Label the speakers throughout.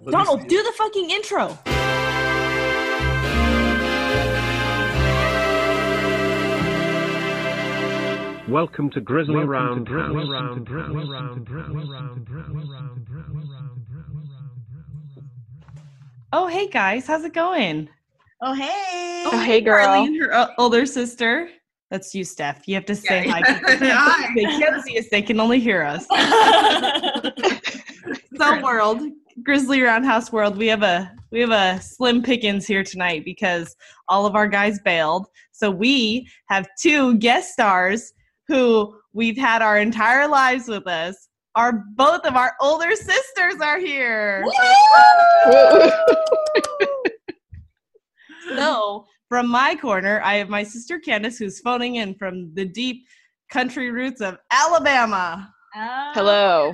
Speaker 1: Let me
Speaker 2: Donald,
Speaker 1: see.
Speaker 2: do the fucking intro.
Speaker 3: Welcome to Grizzly
Speaker 4: Welcome
Speaker 3: Round
Speaker 4: to Grizzly
Speaker 3: Roundhouse.
Speaker 4: Roundhouse.
Speaker 5: Oh, hey guys, how's it going?
Speaker 6: Oh hey!
Speaker 5: Oh,
Speaker 7: hey, girl.
Speaker 5: Carly and her o- older sister. That's you, Steph. You have to say
Speaker 6: Yeah.
Speaker 5: hi. because
Speaker 6: Hi.
Speaker 5: they can't see us; they can only hear us. So, world, Grizzly Roundhouse world. We have a we have a slim pickings here tonight because all of our guys bailed. So we have two guest stars who we've had our entire lives with us. Our both of our older sisters are here. So, from my corner, I have my sister Candace, who's phoning in from the deep country roots of Alabama.
Speaker 6: Oh.
Speaker 7: Hello.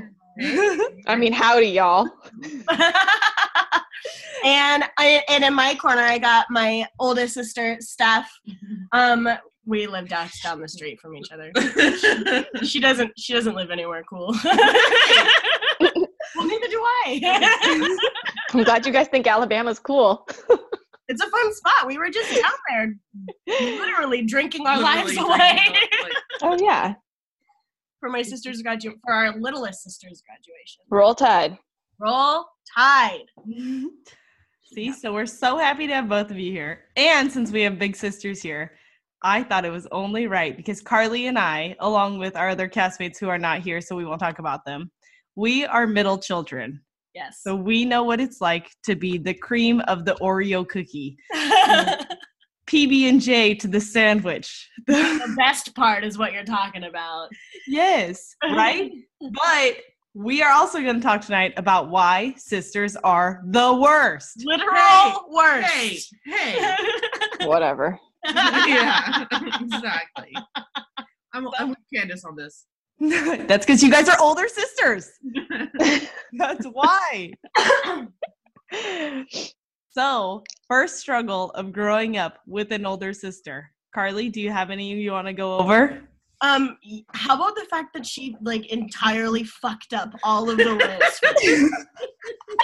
Speaker 7: I mean, howdy, y'all.
Speaker 6: and I, and in my corner, I got my oldest sister, Steph. Um, we live dash down the street from each other. she doesn't. She doesn't live anywhere cool. well, neither do I.
Speaker 7: I'm glad you guys think Alabama's cool.
Speaker 6: it's a fun spot. We were just down there, literally drinking our
Speaker 1: Literally
Speaker 6: lives
Speaker 1: freaking
Speaker 6: away.
Speaker 1: out, like,
Speaker 7: Oh, yeah.
Speaker 6: for my sister's graduation, for our littlest sister's graduation.
Speaker 7: Roll Tide.
Speaker 6: Roll Tide.
Speaker 5: See, so we're so happy to have both of you here. And since we have big sisters here, I thought it was only right because Carly and I, along with our other castmates who are not here, so we won't talk about them, we are middle children.
Speaker 6: Yes.
Speaker 5: So we know what it's like to be the cream of the Oreo cookie, PB and J to the sandwich.
Speaker 6: the best part is what you're talking about.
Speaker 5: Yes, right? but we are also going to talk tonight about why sisters are the worst.
Speaker 6: Literal
Speaker 1: Hey,
Speaker 6: worst.
Speaker 1: Hey, hey.
Speaker 7: Whatever.
Speaker 1: yeah, exactly. I'm, I'm with Candace on this.
Speaker 5: That's because you guys are older sisters. That's why. So, first struggle of growing up with an older sister. Carly, do you have any you want to go over?
Speaker 6: Um, y- how about the fact that she like entirely fucked up all of the list?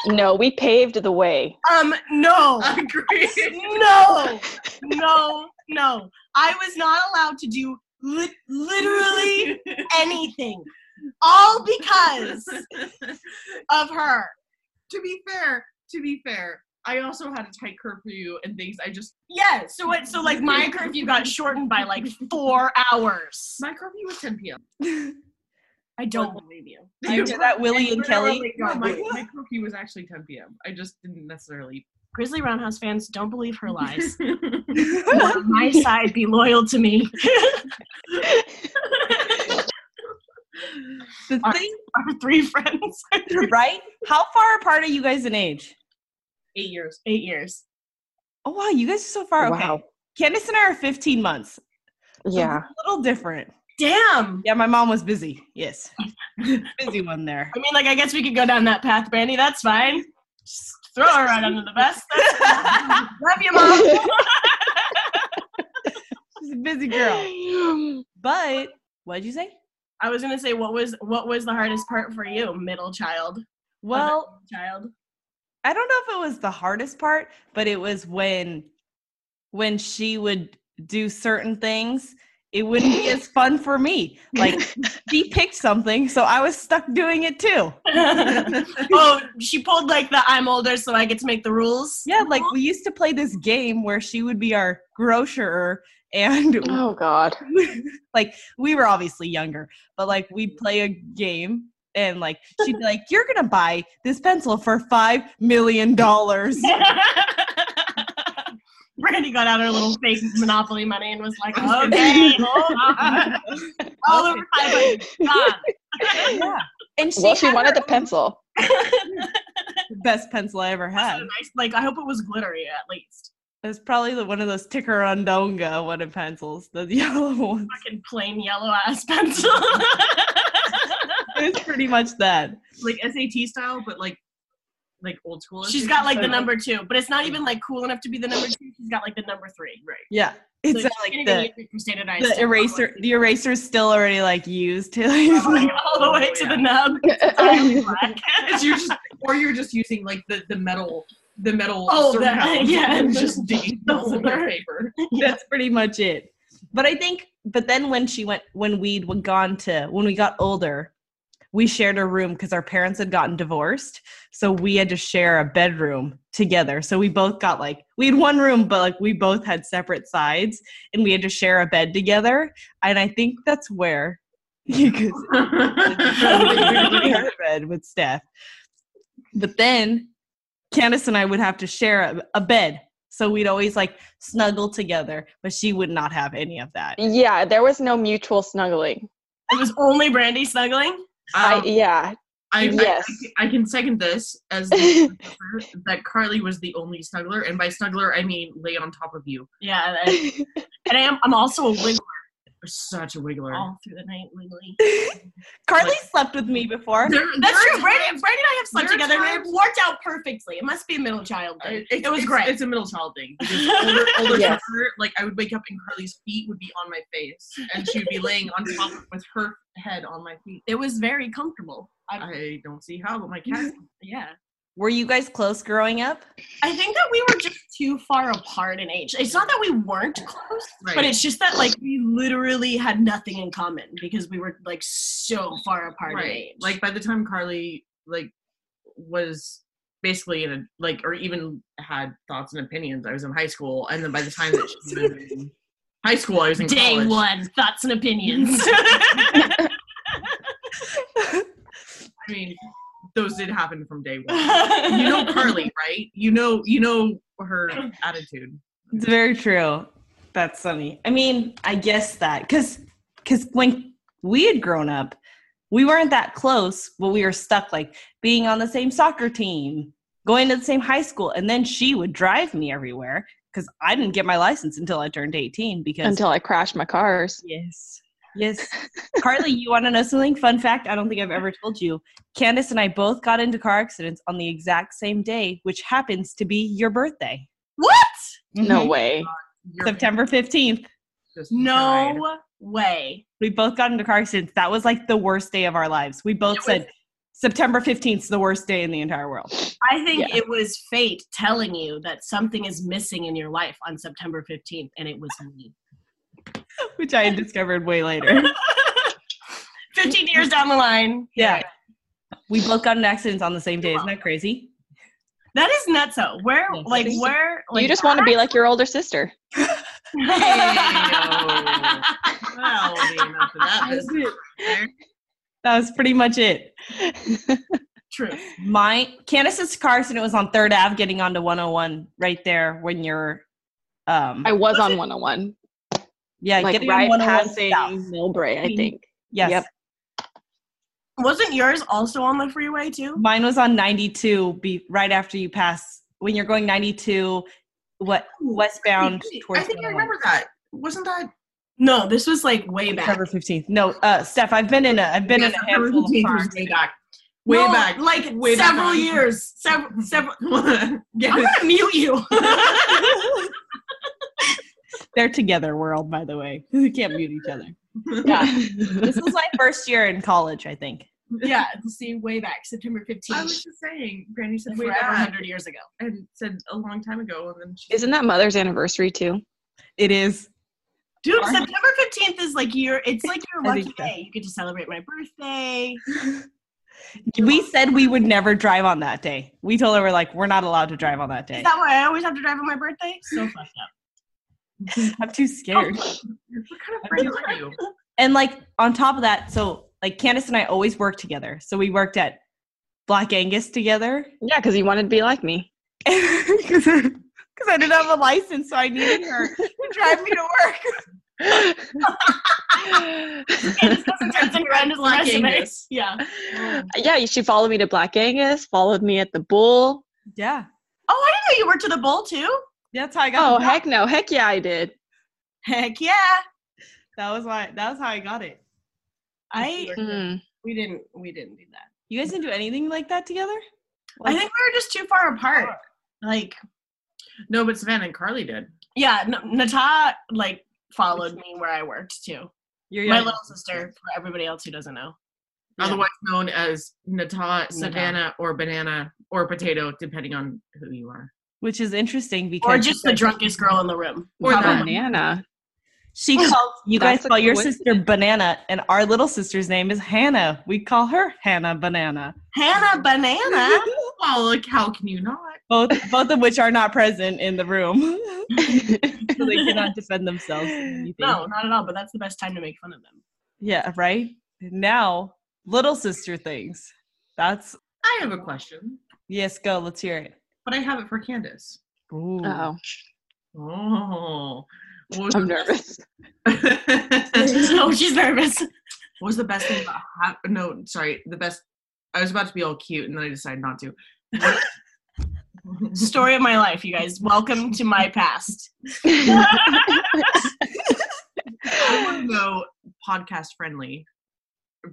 Speaker 7: No, we paved the way.
Speaker 6: um, no,
Speaker 1: Agreed.
Speaker 6: no, no, no. I was not allowed to do li- literally anything, all because of her.
Speaker 1: to be fair, to be fair, I also had a tight curfew and things. I just
Speaker 6: Yeah. So what? So like my curfew got shortened by like four hours.
Speaker 1: my curfew was 10 p.m.
Speaker 6: I don't believe you.
Speaker 5: I did that Willie and Kelly.
Speaker 1: No, my, my curfew was actually 10 p.m. I just didn't necessarily.
Speaker 6: Grizzly Roundhouse fans don't believe her lies. On my side, be loyal to me.
Speaker 5: The
Speaker 6: Our-
Speaker 5: thing,
Speaker 6: Our three friends.
Speaker 5: right? How far apart are you guys in age?
Speaker 1: Eight years.
Speaker 6: Eight years.
Speaker 5: Oh wow, you guys are so far. Okay.
Speaker 7: Wow.
Speaker 5: Candace and I are 15 months. so
Speaker 7: Yeah.
Speaker 5: it's a little different.
Speaker 6: Damn.
Speaker 5: Yeah, my mom was busy. Yes. busy one there.
Speaker 6: I mean, like, I guess we could go down that path, Brandy. That's fine. Just throw her right under the bus. That's fine. Love you, mom.
Speaker 5: She's a busy girl. But what'd you say?
Speaker 6: I was gonna say, what was what was the hardest part for you, middle child?
Speaker 5: Well,
Speaker 6: child.
Speaker 5: I don't know if it was the hardest part, but it was when when she would do certain things, it wouldn't be as fun for me. Like she picked something, so I was stuck doing it too.
Speaker 6: oh, she pulled like the I'm older, so I get to make the rules.
Speaker 5: Yeah, like we used to play this game where she would be our grocer and
Speaker 7: oh, God.
Speaker 5: like we were obviously younger, but like we'd play a game and like she'd be like, You're gonna buy this pencil for five million dollars.
Speaker 6: Brandy got out her little fake Monopoly money and was like, okay, hold on. All over five hundred. Gone.
Speaker 5: yeah. And she,
Speaker 7: well, she
Speaker 5: had
Speaker 7: wanted the pencil.
Speaker 5: the best pencil I ever
Speaker 6: That's
Speaker 5: had.
Speaker 6: a nice- Like, I hope it was glittery at least.
Speaker 5: It was probably the, one of those Ticarandonga one of pencils, the yellow one.
Speaker 6: Fucking plain yellow ass pencil.
Speaker 5: It was pretty much that.
Speaker 1: Like SAT style, but like like old school.
Speaker 6: She's got like the number two, but it's not even like cool enough to be the number two. She's got like the number three.
Speaker 5: Yeah. It's
Speaker 1: So
Speaker 5: not like
Speaker 1: you're gonna
Speaker 5: the,
Speaker 1: get your Crusader knives
Speaker 5: the
Speaker 1: still on,
Speaker 5: eraser.
Speaker 1: like,
Speaker 5: The eraser's still already like used. It's
Speaker 1: Oh
Speaker 5: like-
Speaker 6: Like, all the way to the nub.
Speaker 1: it's you're just, or you're just using like the, the metal the metal
Speaker 6: Oh, the-
Speaker 1: surround
Speaker 6: yeah,
Speaker 1: and
Speaker 6: the-
Speaker 1: just digging
Speaker 6: the
Speaker 1: holes in their
Speaker 6: holder.
Speaker 1: paper.
Speaker 5: That's pretty much it. But I think. But then when she went, when we'd w- gone to, when we got older, we shared a room because our parents had gotten divorced, so we had to share a bedroom together. So we both got like we had one room, but like we both had separate sides, and we had to share a bed together. And I think that's where you could
Speaker 1: yeah,
Speaker 5: her bed with Steph. But then Candace and I would have to share a, a bed. So we'd always like snuggle together, but she would not have any of that.
Speaker 7: Yeah, there was no mutual snuggling.
Speaker 6: It was only Brandy snuggling.
Speaker 7: I,
Speaker 1: Um,
Speaker 7: yeah.
Speaker 1: I, I-
Speaker 7: yes.
Speaker 1: I, can second this as the professor, that Carly was the only snuggler, and by snuggler I mean lay on top of you.
Speaker 6: Yeah, and, and I am, I'm also a wiggler Oh.
Speaker 1: You're such a wiggler.
Speaker 6: all through the night, wiggly.
Speaker 5: Carly slept with me before.
Speaker 1: There-
Speaker 6: That's
Speaker 1: there are
Speaker 6: true. Brandy,
Speaker 1: times-
Speaker 6: Brandy and I have slept
Speaker 1: there are
Speaker 6: together, and
Speaker 1: times-
Speaker 6: it worked out perfectly. It must be a middle child
Speaker 1: I-
Speaker 6: thing.
Speaker 1: it's-
Speaker 6: It was
Speaker 1: it's-
Speaker 6: great.
Speaker 1: It's a middle child thing. because Older, older
Speaker 7: Yes.
Speaker 1: sister, like I would wake up and Carly's feet would be on my face, and she would be laying on top of- with her head on my feet.
Speaker 6: It was very comfortable. I,
Speaker 1: I don't see how, but my cat.
Speaker 6: yeah,
Speaker 5: Were you guys close growing up?
Speaker 6: I think that we were just too far apart in age. It's not that we weren't close,
Speaker 1: Right.
Speaker 6: but it's just that like we literally had nothing in common because we were like so far apart in
Speaker 1: right.
Speaker 6: age.
Speaker 1: Like by the time Carly like was basically in a like or even had thoughts and opinions, I was in high school, and then by the time that she was in high school, I was in
Speaker 6: day
Speaker 1: college.
Speaker 6: one thoughts and opinions.
Speaker 1: I mean, those did happen from day one. You know Carly, right? You know, you know her attitude.
Speaker 5: It's very true. That's funny. I mean, I guess that because because when we had grown up, we weren't that close, but we were stuck like being on the same soccer team, going to the same high school, and then she would drive me everywhere because I didn't get my license until I turned eighteen. Because
Speaker 7: Until I crashed my cars.
Speaker 5: yes, yes, Carly, you want to know something? Fun fact: I don't think I've ever told you. Candace and I both got into car accidents on the exact same day, which happens to be your birthday,
Speaker 6: what?
Speaker 7: No way.
Speaker 1: Your
Speaker 5: September fifteenth.
Speaker 1: just died.
Speaker 6: No way.
Speaker 5: We both got into car accidents. That was like the worst day of our lives. We both
Speaker 6: It was-
Speaker 5: said September 15th is the worst day in the entire world.
Speaker 6: I think
Speaker 7: Yeah.
Speaker 6: it was fate telling you that something is missing in your life on September 15th, and it was me.
Speaker 5: Which I had discovered way later.
Speaker 6: 15 years down the line.
Speaker 5: Yeah. We both got into accidents on the same day. Isn't that crazy?
Speaker 6: That is nuts though. Where
Speaker 5: Yes.
Speaker 6: like where like
Speaker 7: you just want to be like your older sister.
Speaker 1: Hey-o. Well, I mean, enough of that business.
Speaker 5: That was pretty much it.
Speaker 6: True.
Speaker 5: My Candace's car accident was on 3rd Ave getting onto 101 right there when you're um
Speaker 7: I was on 101.
Speaker 5: yeah,
Speaker 7: like
Speaker 5: getting
Speaker 7: right
Speaker 5: on 101
Speaker 7: passing
Speaker 5: south.
Speaker 7: Millbrae, I
Speaker 5: Mhm.
Speaker 7: think.
Speaker 5: Yes.
Speaker 7: Yep.
Speaker 6: Wasn't yours also on the freeway too?
Speaker 5: Mine was on 92 be right after you pass when you're going 92 what westbound towards
Speaker 1: I think
Speaker 5: 101.
Speaker 1: I remember that. Wasn't that
Speaker 6: No, this was like way back.
Speaker 5: September fifteenth. No, uh, Steph, I've been in a, I've been in a
Speaker 1: September
Speaker 5: handful of
Speaker 1: 15th
Speaker 5: cars.
Speaker 1: was way back? Way
Speaker 6: No,
Speaker 1: back.
Speaker 6: Like
Speaker 1: Way back
Speaker 6: several
Speaker 1: on.
Speaker 6: years. Several several I'm
Speaker 1: yes.
Speaker 6: gonna mute you.
Speaker 5: They're together, world. By the way, we can't mute each other.
Speaker 7: Yeah.
Speaker 5: This was my first year in college, I think.
Speaker 6: yeah, see way back, September 15th.
Speaker 1: I was just saying, Granny said way
Speaker 6: forever
Speaker 1: back
Speaker 6: hundred years ago.
Speaker 1: and said a long time ago, and then she
Speaker 7: Isn't that Mother's anniversary too?
Speaker 5: It is.
Speaker 6: Dude, September 15th is like your it's like your
Speaker 5: I
Speaker 6: lucky
Speaker 5: think so.
Speaker 6: day. You get to celebrate my birthday.
Speaker 5: We said we would never drive on that day. We told her we're like we're not allowed to drive on that day.
Speaker 6: Is that why I always have to drive on my birthday? So fucked up.
Speaker 5: I'm too scared.
Speaker 1: What kind of friend are you?
Speaker 5: and like on top of that, so like Candace and I always worked together. So we worked at Black Angus together.
Speaker 7: Yeah, because you wanted to be like me.
Speaker 5: because I didn't have a license, so I needed her to drive me to work.
Speaker 6: It doesn't turn into around his
Speaker 1: Black
Speaker 6: resume.
Speaker 1: Angus.
Speaker 6: Yeah.
Speaker 7: yeah, she followed me to Black Angus, followed me at the Bull.
Speaker 5: Yeah,
Speaker 6: Oh, I didn't know you worked at the bowl too.
Speaker 5: that's how I got.
Speaker 7: Oh,
Speaker 5: the job.
Speaker 7: heck no. Heck yeah, I did.
Speaker 6: Heck yeah.
Speaker 5: That was why. That was how I got it.
Speaker 6: I
Speaker 5: Hmm.
Speaker 7: Mm.
Speaker 6: we didn't we didn't do that.
Speaker 5: You guys didn't do anything like that together.
Speaker 6: I think we were just too far apart. Like
Speaker 1: No, but Savannah and Carly did.
Speaker 6: Yeah, N- Nata like followed me where I worked too.
Speaker 5: You're
Speaker 6: My
Speaker 5: young.
Speaker 6: little sister, for everybody else who doesn't know.
Speaker 5: Yeah.
Speaker 1: Otherwise known as Nata, Savannah, or Banana, or Potato, depending on who you are.
Speaker 5: which is interesting because
Speaker 6: Or just the drunkest girl in the room.
Speaker 1: Or
Speaker 6: Probably.
Speaker 1: that.
Speaker 7: banana.
Speaker 5: She calls you guys
Speaker 7: That's a
Speaker 5: call your
Speaker 7: coincidence.
Speaker 5: sister Banana, and our little sister's name is Hannah. We call her Hannah Banana.
Speaker 6: Hannah Banana.
Speaker 1: Well, like how can you not?
Speaker 5: Both both of which are not present in the room, so they cannot defend themselves. in anything.
Speaker 6: no, not at all. But that's the best time to make fun of them.
Speaker 5: Yeah, right. Now, little sister things. That's
Speaker 1: I have a question,
Speaker 5: yes. Go. Let's hear it.
Speaker 1: but I have it for Candace.
Speaker 5: Ooh.
Speaker 7: oh,
Speaker 1: Oh, what was,
Speaker 7: I'm nervous.
Speaker 6: so Oh, she's nervous.
Speaker 1: what was the best thing about? Ha- no, sorry, the best. I was about to be all cute, and then I decided not to.
Speaker 6: Story of my life, you guys. Welcome to my past.
Speaker 1: I want to go podcast friendly.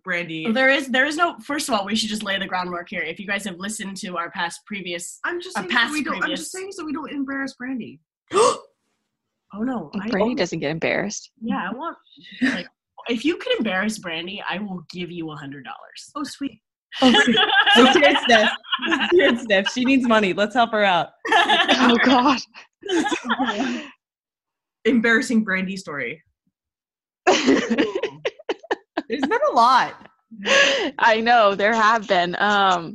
Speaker 1: Brandy,
Speaker 6: There is there is no. First of all, we should just lay the groundwork here. If you guys have listened to our past previous.
Speaker 1: I'm just
Speaker 6: a
Speaker 1: saying so
Speaker 6: past
Speaker 1: we don't. I'm
Speaker 6: previous-
Speaker 1: just saying so we don't embarrass Brandy.
Speaker 6: Oh no, I,
Speaker 7: Brandy doesn't get embarrassed.
Speaker 6: yeah, I want. Like, if you could embarrass Brandy, I will give you a hundred dollars.
Speaker 1: Oh, sweet.
Speaker 5: Oh, tear Steph. Tear Steph. She needs money. Let's help her out.
Speaker 7: Oh God.
Speaker 1: Embarrassing Brandy story.
Speaker 5: There's been a lot.
Speaker 7: I know there have been. Um,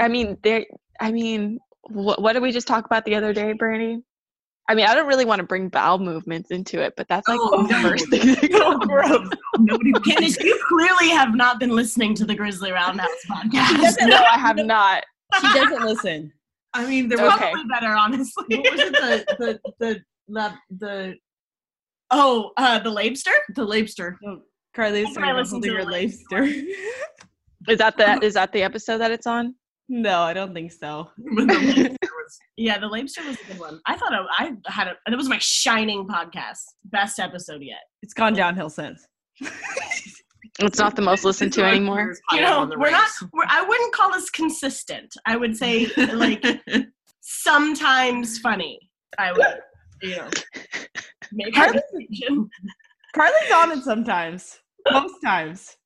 Speaker 7: I mean, there. I mean, wh- what did we just talk about the other day, Brandy? I mean, I don't really want to bring bowel movements into it, but that's like
Speaker 1: Oh,
Speaker 7: the
Speaker 1: no.
Speaker 7: first thing. that comes up.
Speaker 1: Nobody.
Speaker 6: Candace, you clearly have not been listening to the Grizzly Roundhouse podcast.
Speaker 7: no, I have not.
Speaker 5: She doesn't listen.
Speaker 1: I mean, there was.
Speaker 7: Okay.
Speaker 6: Probably better, honestly.
Speaker 1: What was it? The the the lab, the
Speaker 6: Oh, uh, the Labster?
Speaker 1: the Labster.
Speaker 5: Carly,
Speaker 6: Why do I
Speaker 5: you're
Speaker 6: listen to
Speaker 5: holding your
Speaker 6: the
Speaker 5: lifester.
Speaker 7: Is that the is that the episode that it's on?
Speaker 5: no, I don't think so.
Speaker 1: When the Labster was-
Speaker 6: Yeah, the Labster was a good one. I thought I, I had a, that was my shining podcast. Best episode yet.
Speaker 5: It's gone downhill since.
Speaker 7: It's not the most listened to anymore.
Speaker 6: You know, we're not, we're, I wouldn't call this consistent. I would say, like, sometimes funny. I would, you know, make a distinction.
Speaker 5: Carly's on it sometimes. Most times.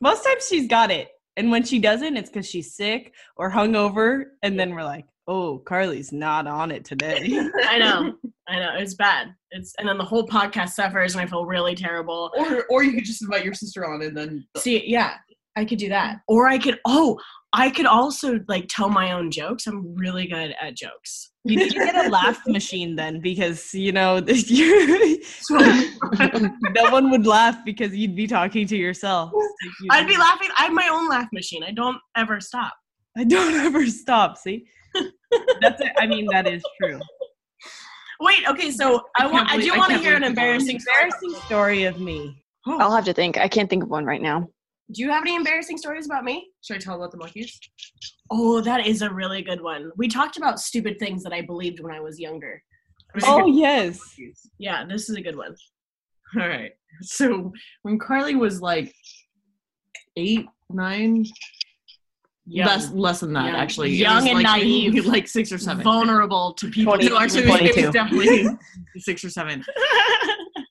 Speaker 5: Most times she's got it. And when she doesn't, it's because she's sick or hungover. And then we're like, oh, Carly's not on it today.
Speaker 6: I know. I know. It's bad. It's, and then the whole podcast suffers and I feel really terrible.
Speaker 1: Or or you could just invite your sister on and then.
Speaker 6: See, yeah, I could do
Speaker 1: Mm.
Speaker 6: that. Or I could, oh, I could also like tell my own jokes. I'm really good at jokes.
Speaker 5: you need to get a laugh machine then because, you know, you no one would laugh because you'd be talking to yourself. So you-
Speaker 6: I'd be laughing. I have my own laugh machine. I don't ever stop.
Speaker 5: I don't ever stop. See? That's it. I mean, that is true.
Speaker 6: Wait, okay, so I,
Speaker 1: can't
Speaker 6: want. I
Speaker 1: believe-
Speaker 6: do
Speaker 1: I
Speaker 6: want to
Speaker 1: can't
Speaker 6: hear an
Speaker 1: believe people are
Speaker 6: embarrassing story.
Speaker 5: Embarrassing story of me.
Speaker 7: I'll have to think. I can't think of one right now.
Speaker 6: Do you have any embarrassing stories about me?
Speaker 1: Should I tell about the monkeys?
Speaker 6: Oh, that is a really good one. We talked about stupid things that I believed when I was younger.
Speaker 5: Oh, yes.
Speaker 6: Yeah, this is a good one.
Speaker 1: All right. So when Carly was like eight, nine,
Speaker 6: Young.
Speaker 1: less less than that
Speaker 6: Young.
Speaker 1: actually. It
Speaker 6: Young
Speaker 1: was,
Speaker 6: and
Speaker 1: like,
Speaker 6: naive.
Speaker 1: like six or seven.
Speaker 6: Vulnerable to people.
Speaker 7: Twenty-
Speaker 1: no, actually, it was- it
Speaker 7: 22.
Speaker 1: was definitely six or seven.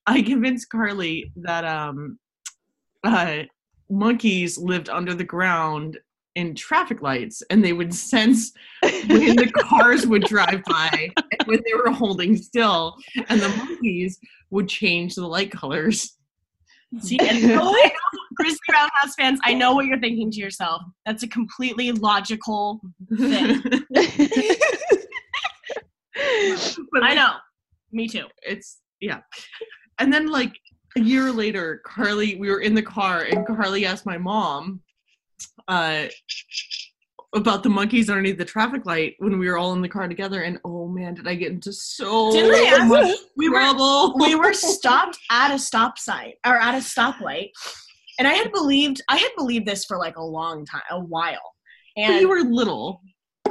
Speaker 1: I convinced Carly that um, uh, monkeys lived under the ground in traffic lights, and they would sense when the cars would drive by and when they were holding still, and the monkeys would change the light colors.
Speaker 6: See, and no, I know, Grizzly Roundhouse fans, I know what you're thinking to yourself. That's a completely logical.
Speaker 1: but
Speaker 6: I know. Me too.
Speaker 1: it's yeah. And then like a year later, Carly, we were in the car, and Carly asked my mom uh, about the monkeys underneath the traffic light when we were all in the car together. And oh man, did I get into so
Speaker 6: Didn't they ask
Speaker 1: much
Speaker 6: We were
Speaker 1: trouble?
Speaker 6: we were stopped at a stop sign or at a stoplight, and I had believed I had believed this for like a long time, a while.
Speaker 1: But
Speaker 6: And
Speaker 1: you were little.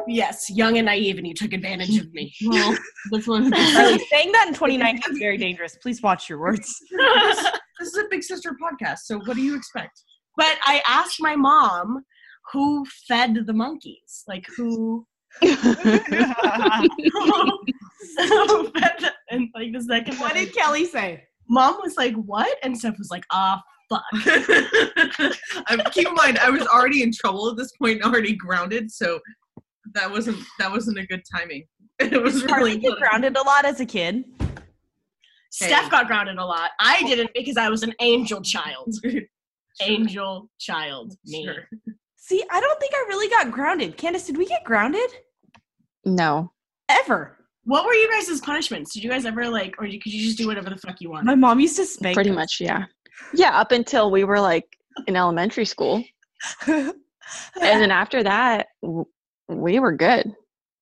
Speaker 6: yes, young and naive, and you took advantage of me.
Speaker 1: Well, that's what
Speaker 5: Carly, saying that in 2019 is very dangerous. Please watch your words.
Speaker 1: this is a big sister podcast. So what do you expect?
Speaker 6: But I asked my mom who fed the monkeys, like who so, and like the second
Speaker 5: what
Speaker 6: that I-
Speaker 5: did Kelly say?
Speaker 6: mom was like, what? And Steph was like, ah,
Speaker 1: I, keep in mind, I was already in trouble at this point, already grounded, so that wasn't that wasn't a good timing. It was really
Speaker 5: Charlie
Speaker 1: good.
Speaker 5: get grounded a lot as a kid.
Speaker 6: Steph got grounded a lot. I didn't because I was an angel child. Angel child, me.
Speaker 1: Sure.
Speaker 5: See, I don't think I really got grounded. Candace, did we get grounded
Speaker 7: no.
Speaker 5: ever?
Speaker 6: What were you guys' punishments? Did you guys ever like, or you- could you just do whatever the fuck you want?
Speaker 5: My mom used to spank.
Speaker 7: Pretty
Speaker 5: us.
Speaker 7: much, yeah. Yeah, up until we were like in elementary school. And then after that, w- we were good.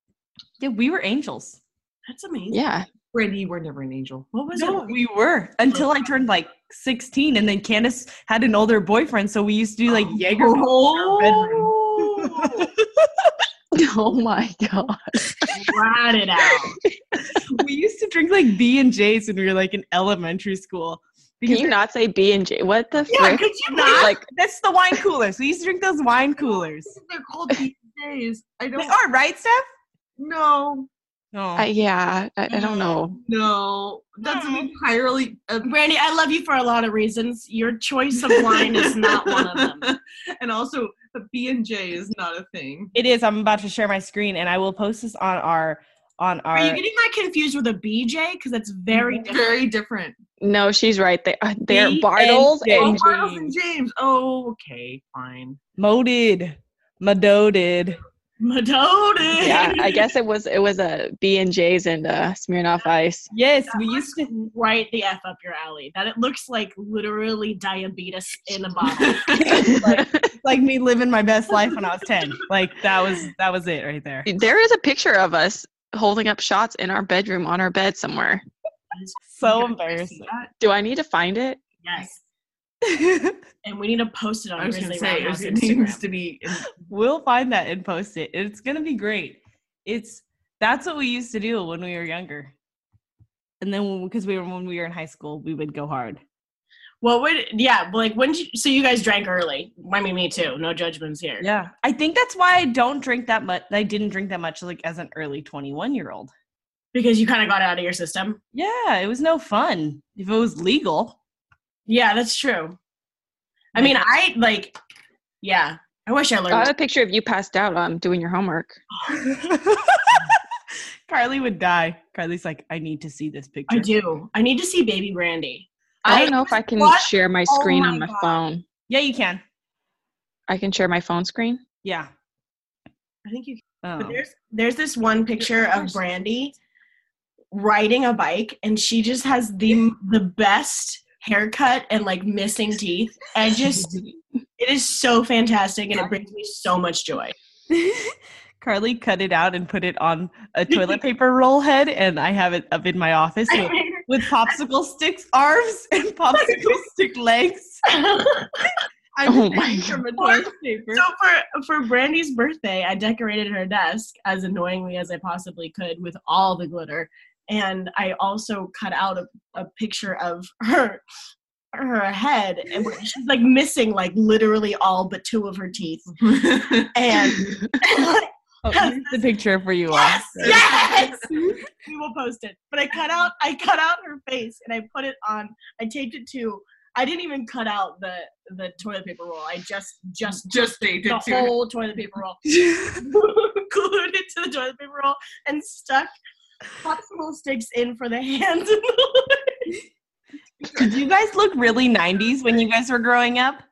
Speaker 5: yeah, we were angels.
Speaker 6: That's amazing.
Speaker 7: Yeah.
Speaker 1: Brandy, you were never an angel.
Speaker 6: What was
Speaker 5: No,
Speaker 6: it?
Speaker 5: we were until I turned like 16, and then Candace had an older boyfriend, so we used to do like Jaeger.
Speaker 6: Oh.
Speaker 7: Oh my God.
Speaker 6: Rat it out.
Speaker 5: we used to drink like B and J's when we were like in elementary school.
Speaker 7: Can you
Speaker 5: they're-
Speaker 7: not say B and J? What the
Speaker 6: Yeah,
Speaker 7: frick?
Speaker 6: could you not?
Speaker 7: Like,
Speaker 5: that's the wine coolers. We used to drink those wine coolers.
Speaker 1: They're called these days. I
Speaker 5: They
Speaker 1: don't
Speaker 5: are right, Steph.
Speaker 1: know.
Speaker 5: No,
Speaker 7: I, yeah, I, I don't know.
Speaker 1: No, that's
Speaker 6: Hmm.
Speaker 1: an entirely. Uh,
Speaker 6: Brandy, I love you for a lot of reasons. Your choice of wine is not one of them.
Speaker 1: and also, the B and J is not a thing.
Speaker 5: it is. I'm about to share my screen, and I will post this on our on our.
Speaker 6: Are you getting that confused with a BJ? Because that's very different.
Speaker 1: Very different.
Speaker 7: No, she's right. They, uh, they're
Speaker 5: B and
Speaker 7: Bartles
Speaker 5: J.
Speaker 1: Oh,
Speaker 7: and
Speaker 1: Miles
Speaker 7: James.
Speaker 1: and James. Oh, okay, fine.
Speaker 5: Moded. Mododed.
Speaker 6: Madoded.
Speaker 7: yeah, I guess it was it was a B and J's and uh, Smirnoff Ice.
Speaker 5: Yes, we used to.
Speaker 6: Right the F up your alley. That it looks like literally diabetes in a bottle.
Speaker 5: Like me living my best life when I was ten. Like that was that was it right there.
Speaker 7: there is a picture of us holding up shots in our bedroom on our bed somewhere.
Speaker 5: So
Speaker 1: I
Speaker 5: embarrassing.
Speaker 1: see that.
Speaker 7: Do I need to find it?
Speaker 6: yes. And we need to post it on
Speaker 1: I was gonna
Speaker 6: Grizzly
Speaker 1: say
Speaker 6: Roundhouse
Speaker 1: it
Speaker 6: Instagram.
Speaker 1: needs to be. in-
Speaker 5: we'll find that and post it. It's gonna be great. It's that's what we used to do when we were younger, and then because we were when we were in high school, we would go hard.
Speaker 6: What would yeah, but like when did you, so you guys drank early. I mean me too. No judgments here.
Speaker 5: Yeah, I think that's why I don't drink that much. I didn't drink that much like as an early twenty-one year old.
Speaker 6: Because you kinda got it out of your system.
Speaker 5: Yeah, it was no fun. If it was legal,
Speaker 6: Yeah, that's true. I mean I like yeah. I wish I
Speaker 7: I have
Speaker 6: learned.
Speaker 7: a picture of you passed out um, doing your homework.
Speaker 5: Carly would die. Carly's like, I need to see this picture.
Speaker 6: I do. I need to see baby Brandy.
Speaker 7: I don't know if I can
Speaker 6: what?
Speaker 7: share my
Speaker 6: Oh
Speaker 7: screen
Speaker 6: my
Speaker 7: on my
Speaker 6: God.
Speaker 7: phone.
Speaker 5: Yeah, you can.
Speaker 7: I can share my phone screen.
Speaker 5: Yeah.
Speaker 6: I think you
Speaker 5: Oh.
Speaker 6: But there's there's this one picture of Brandy riding a bike, and she just has the the best haircut and like missing teeth. And just it is so fantastic, and it brings me so much joy.
Speaker 5: Carly cut it out and put it on a toilet paper roll head, and I have it up in my office with, with popsicle sticks arms and popsicle stick legs.
Speaker 6: so
Speaker 5: I'm
Speaker 7: Oh my
Speaker 5: from a toilet paper.
Speaker 6: for for Brandy's birthday, I decorated her desk as annoyingly as I possibly could with all the glitter, and I also cut out a, a picture of her her head and she's like missing like literally all but two of her teeth and
Speaker 5: Oh, here's the picture for you all.
Speaker 6: Yes, we will post it. But I cut out, I cut out her face, and I put it on. I taped it to. I didn't even cut out the the toilet paper roll. I just just
Speaker 1: just they did
Speaker 6: the
Speaker 1: too.
Speaker 6: whole toilet paper roll, glued it to the toilet paper roll, and stuck popsicle sticks in for the hands. Oh
Speaker 5: Did you guys look really 90s when you guys were growing up?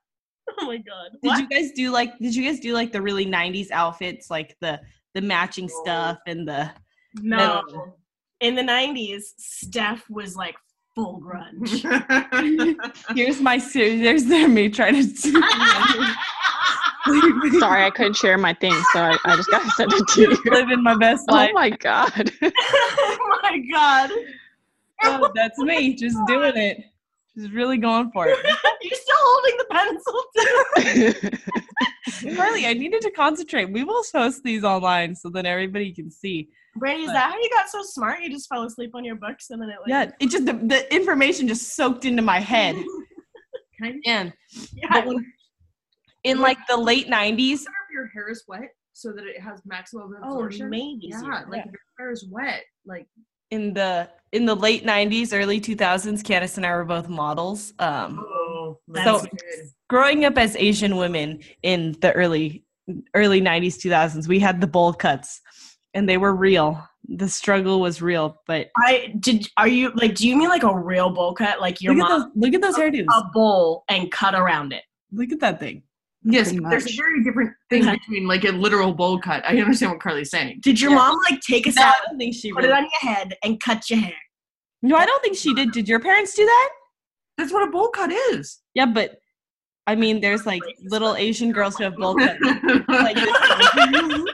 Speaker 6: oh my god!
Speaker 5: Did
Speaker 6: What?
Speaker 5: you guys do like did you guys do like the really 90s outfits like the the matching stuff and the
Speaker 6: no. In the '90s, Steph was like full grunge.
Speaker 5: here's my series there's their me trying to
Speaker 6: Oh
Speaker 7: Sorry, I couldn't share my thing, so I, I just gotta send it to you.
Speaker 5: living my best
Speaker 7: Oh
Speaker 5: life.
Speaker 7: my god.
Speaker 6: oh my god!
Speaker 5: Oh, that's me, just doing it. Just really going for it.
Speaker 6: You're still holding the pencil. too.
Speaker 5: Carly, I needed to concentrate. We will post these online so then everybody can see.
Speaker 6: Brandy, is
Speaker 5: But-
Speaker 6: that how you got so smart? You just fell asleep on your books and then it like
Speaker 5: Yeah, it just the, the information just soaked into my head.
Speaker 1: Kind
Speaker 5: And
Speaker 6: yeah,
Speaker 5: but when, in like the late '90s,
Speaker 1: your hair is wet. so that it has maximum
Speaker 6: Oh,
Speaker 1: absorption.
Speaker 6: maybe.
Speaker 1: Yeah,
Speaker 6: yeah.
Speaker 1: like if your hair is wet, like
Speaker 5: in the in the late 90s early 2000s candace and i were both models um,
Speaker 1: oh,
Speaker 5: so growing up as asian women in the early early 90s 2000s we had the bowl cuts and they were real the struggle was real but
Speaker 6: I did. Are you like? Do you mean like a real bowl cut? Like your
Speaker 5: look at
Speaker 6: mom
Speaker 5: those look at those hairdos
Speaker 6: a bowl and cut around it.
Speaker 5: look at that thing
Speaker 1: yes,
Speaker 7: Pretty
Speaker 1: there's a
Speaker 7: much.
Speaker 1: very different thing between like a literal bowl cut. I understand what Carly's saying.
Speaker 6: Did your
Speaker 7: Yeah.
Speaker 6: mom like take a
Speaker 5: no,
Speaker 6: salad,
Speaker 5: i don't think she
Speaker 6: put it
Speaker 5: really,
Speaker 6: on your head, and cut your hair?
Speaker 5: no i don't think she did did your parents do that
Speaker 1: That's what a bowl cut is.
Speaker 5: yeah but i mean there's like little asian girls who have bowl cuts like this one.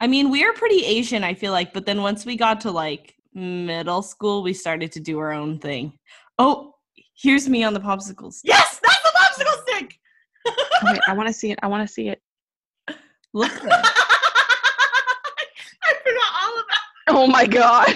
Speaker 5: I mean, we are pretty Asian, I feel like, but then once we got to like middle school, we started to do our own thing. Oh, here's me on the popsicles.
Speaker 6: Yes, that's the popsicle stick.
Speaker 7: Okay, I want to see it. I want to see it.
Speaker 5: Look,
Speaker 6: I forgot all about.
Speaker 7: Oh my god.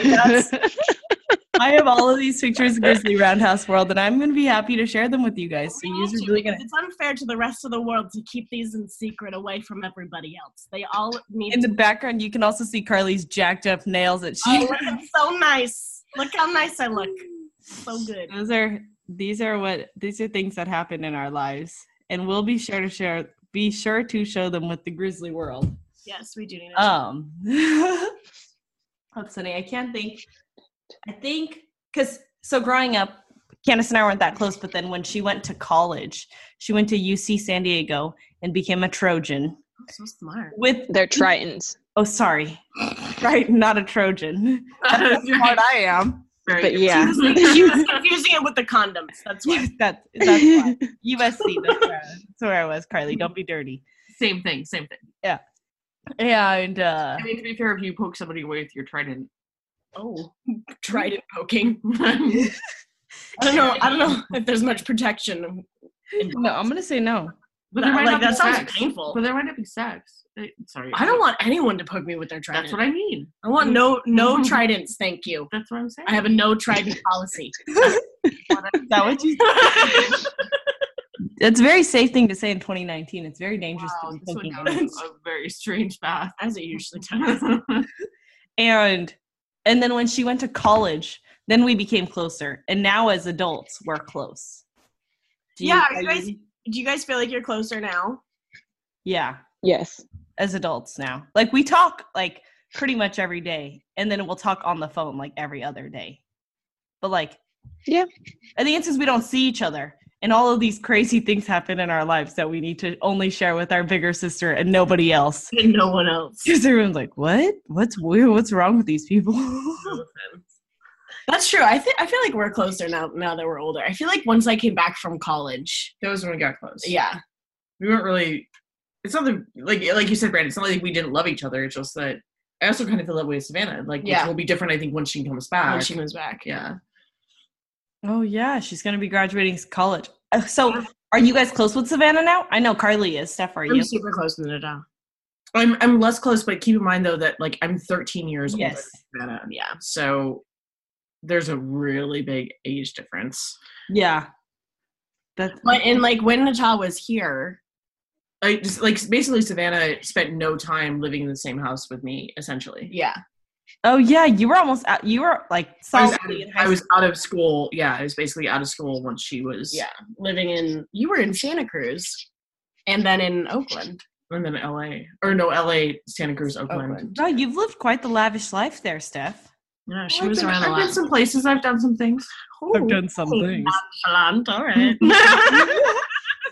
Speaker 5: I have all of these pictures of Grizzly Roundhouse World, and I'm going to be happy to share them with you guys. So
Speaker 6: We
Speaker 5: you
Speaker 6: need
Speaker 5: guys are
Speaker 6: to,
Speaker 5: really
Speaker 6: because
Speaker 5: going to.
Speaker 6: It's unfair to the rest of the world to keep these in secret away from everybody else. They all need.
Speaker 5: In the background, you can also see Carly's jacked up nails that
Speaker 6: oh,
Speaker 5: she.
Speaker 6: look, I'm so nice. Look how nice I look. So good.
Speaker 5: Those are these are what these are things that happen in our lives, and we'll be sure to share. Be sure to show them with the Grizzly World.
Speaker 6: Yes, we do need. to-
Speaker 1: Uh.
Speaker 5: Um, that's funny. I can't think. I think because so growing up, Candace and I weren't that close. But then when she went to college, she went to UC San Diego and became a Trojan.
Speaker 6: I'm so smart.
Speaker 5: With
Speaker 7: They're Tritons.
Speaker 5: oh, sorry, right? Not a Trojan. What I am.
Speaker 1: Very
Speaker 7: But
Speaker 1: good.
Speaker 7: yeah.
Speaker 6: she was confusing it with the condoms. That's why.
Speaker 5: That, that's why. USC. That's where, I- that's where I was, Carly. Don't be dirty.
Speaker 1: same thing, same thing.
Speaker 5: And uh,
Speaker 1: I mean, to be fair, if you poke somebody away with your trident,
Speaker 6: Oh, trident poking. I don't know. I don't know if there's much protection.
Speaker 5: no, I'm gonna say no.
Speaker 1: but there
Speaker 6: That,
Speaker 1: might
Speaker 6: like
Speaker 1: not be
Speaker 6: that sounds
Speaker 1: sex.
Speaker 6: painful.
Speaker 1: But there might not be sex. Eh, Sorry,
Speaker 6: I don't want anyone to poke me with their trident.
Speaker 1: That's what I mean.
Speaker 6: I want no no tridents. Thank you.
Speaker 1: That's what I'm saying.
Speaker 6: I have a no trident policy.
Speaker 5: Is that what you? That's a very safe thing to say in 2019. It's very dangerous
Speaker 1: Wow,
Speaker 5: to be
Speaker 1: this went
Speaker 5: poking
Speaker 1: down a a very strange path.
Speaker 6: As it usually does.
Speaker 1: That's
Speaker 5: and and then when she went to college then we became closer and now as adults we're close Do
Speaker 6: Yeah, are
Speaker 5: are
Speaker 6: you guys- Do you guys feel like you're closer now?
Speaker 5: yeah
Speaker 7: Yes.
Speaker 5: as adults now like we talk like pretty much every day and then we'll talk on the phone like every other day but like
Speaker 7: Yeah.
Speaker 5: i think it's because we don't see each other and all of these crazy things happen in our lives that we need to only share with our bigger sister and nobody else
Speaker 6: And no one else.
Speaker 5: because everyone's like what what's weird what's wrong with these people
Speaker 6: That's true. I think I feel like we're closer now. Now that we're older, I feel like once I came back from college,
Speaker 1: when we got close.
Speaker 6: yeah,
Speaker 1: we weren't really. It's not the like like you said, Brandon. It's not like we didn't love each other. It's just that I also kind of feel that way with Savannah. Like, which
Speaker 6: Yeah.
Speaker 1: will be different. I think once she comes back.
Speaker 6: when she moves back,
Speaker 1: yeah.
Speaker 5: Oh yeah, she's gonna be graduating s- college. Uh, So, are you guys close with Savannah now? I know Carly is. Steph, are
Speaker 6: I'm
Speaker 5: you?
Speaker 6: super close with Nadal.
Speaker 1: I'm I'm less close, but keep in mind though that like I'm 13 years older
Speaker 5: Yes.
Speaker 1: than Savannah,
Speaker 6: Yeah,
Speaker 1: so there's a really big age difference.
Speaker 5: Yeah. That's
Speaker 6: but and like when Natal was here,
Speaker 1: I just like basically Savannah spent no time living in the same house with me. Essentially,
Speaker 6: yeah,
Speaker 5: oh yeah, you were almost out. You were like
Speaker 1: I was,
Speaker 5: solidly in
Speaker 1: out,
Speaker 5: high
Speaker 1: I was
Speaker 5: school.
Speaker 1: out of school. Yeah, I was basically out of school once she was.
Speaker 6: yeah, living in you were in Santa Cruz, and then in Oakland.
Speaker 1: and then L.A. or no L.A. Santa Cruz, Oakland.
Speaker 5: No, Oh, you've lived quite the lavish life there, Steph.
Speaker 6: Yeah,
Speaker 1: She
Speaker 6: she was around a
Speaker 1: I've been
Speaker 6: lot.
Speaker 1: some places. I've done some things.
Speaker 6: Ooh,
Speaker 5: some
Speaker 6: things. nonchalant, All right,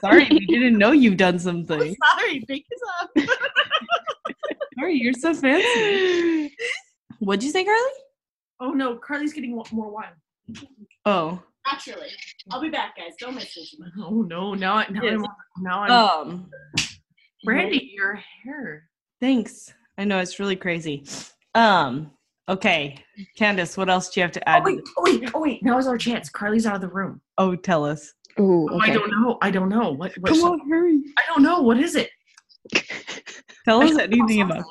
Speaker 5: Sorry, we didn't know you've done some things.
Speaker 6: sorry, pick us up.
Speaker 5: Sorry, you're so fancy. What'd you say, Carly?
Speaker 1: Oh no, Carly's getting wa- more wine.
Speaker 5: Oh.
Speaker 6: Naturally, I'll be back, guys. Don't miss me. too much.
Speaker 1: Oh no, now I- now
Speaker 5: Yes.
Speaker 1: I'm now I'm
Speaker 5: Um.
Speaker 1: Brandy. Your hair.
Speaker 5: Thanks. I know it's really crazy. Um. Okay, Candace, what else do you have to
Speaker 1: Oh
Speaker 5: add?
Speaker 1: wait, oh wait, oh wait. Now is our chance. Carly's out of the room.
Speaker 5: oh tell us.
Speaker 7: Ooh,
Speaker 1: Oh,
Speaker 7: okay.
Speaker 1: I don't know. I don't know. What? what
Speaker 7: Come on, hurry.
Speaker 1: I don't know. What is it?
Speaker 5: Tell
Speaker 1: I
Speaker 5: us
Speaker 1: should
Speaker 5: anything
Speaker 1: also-
Speaker 5: about.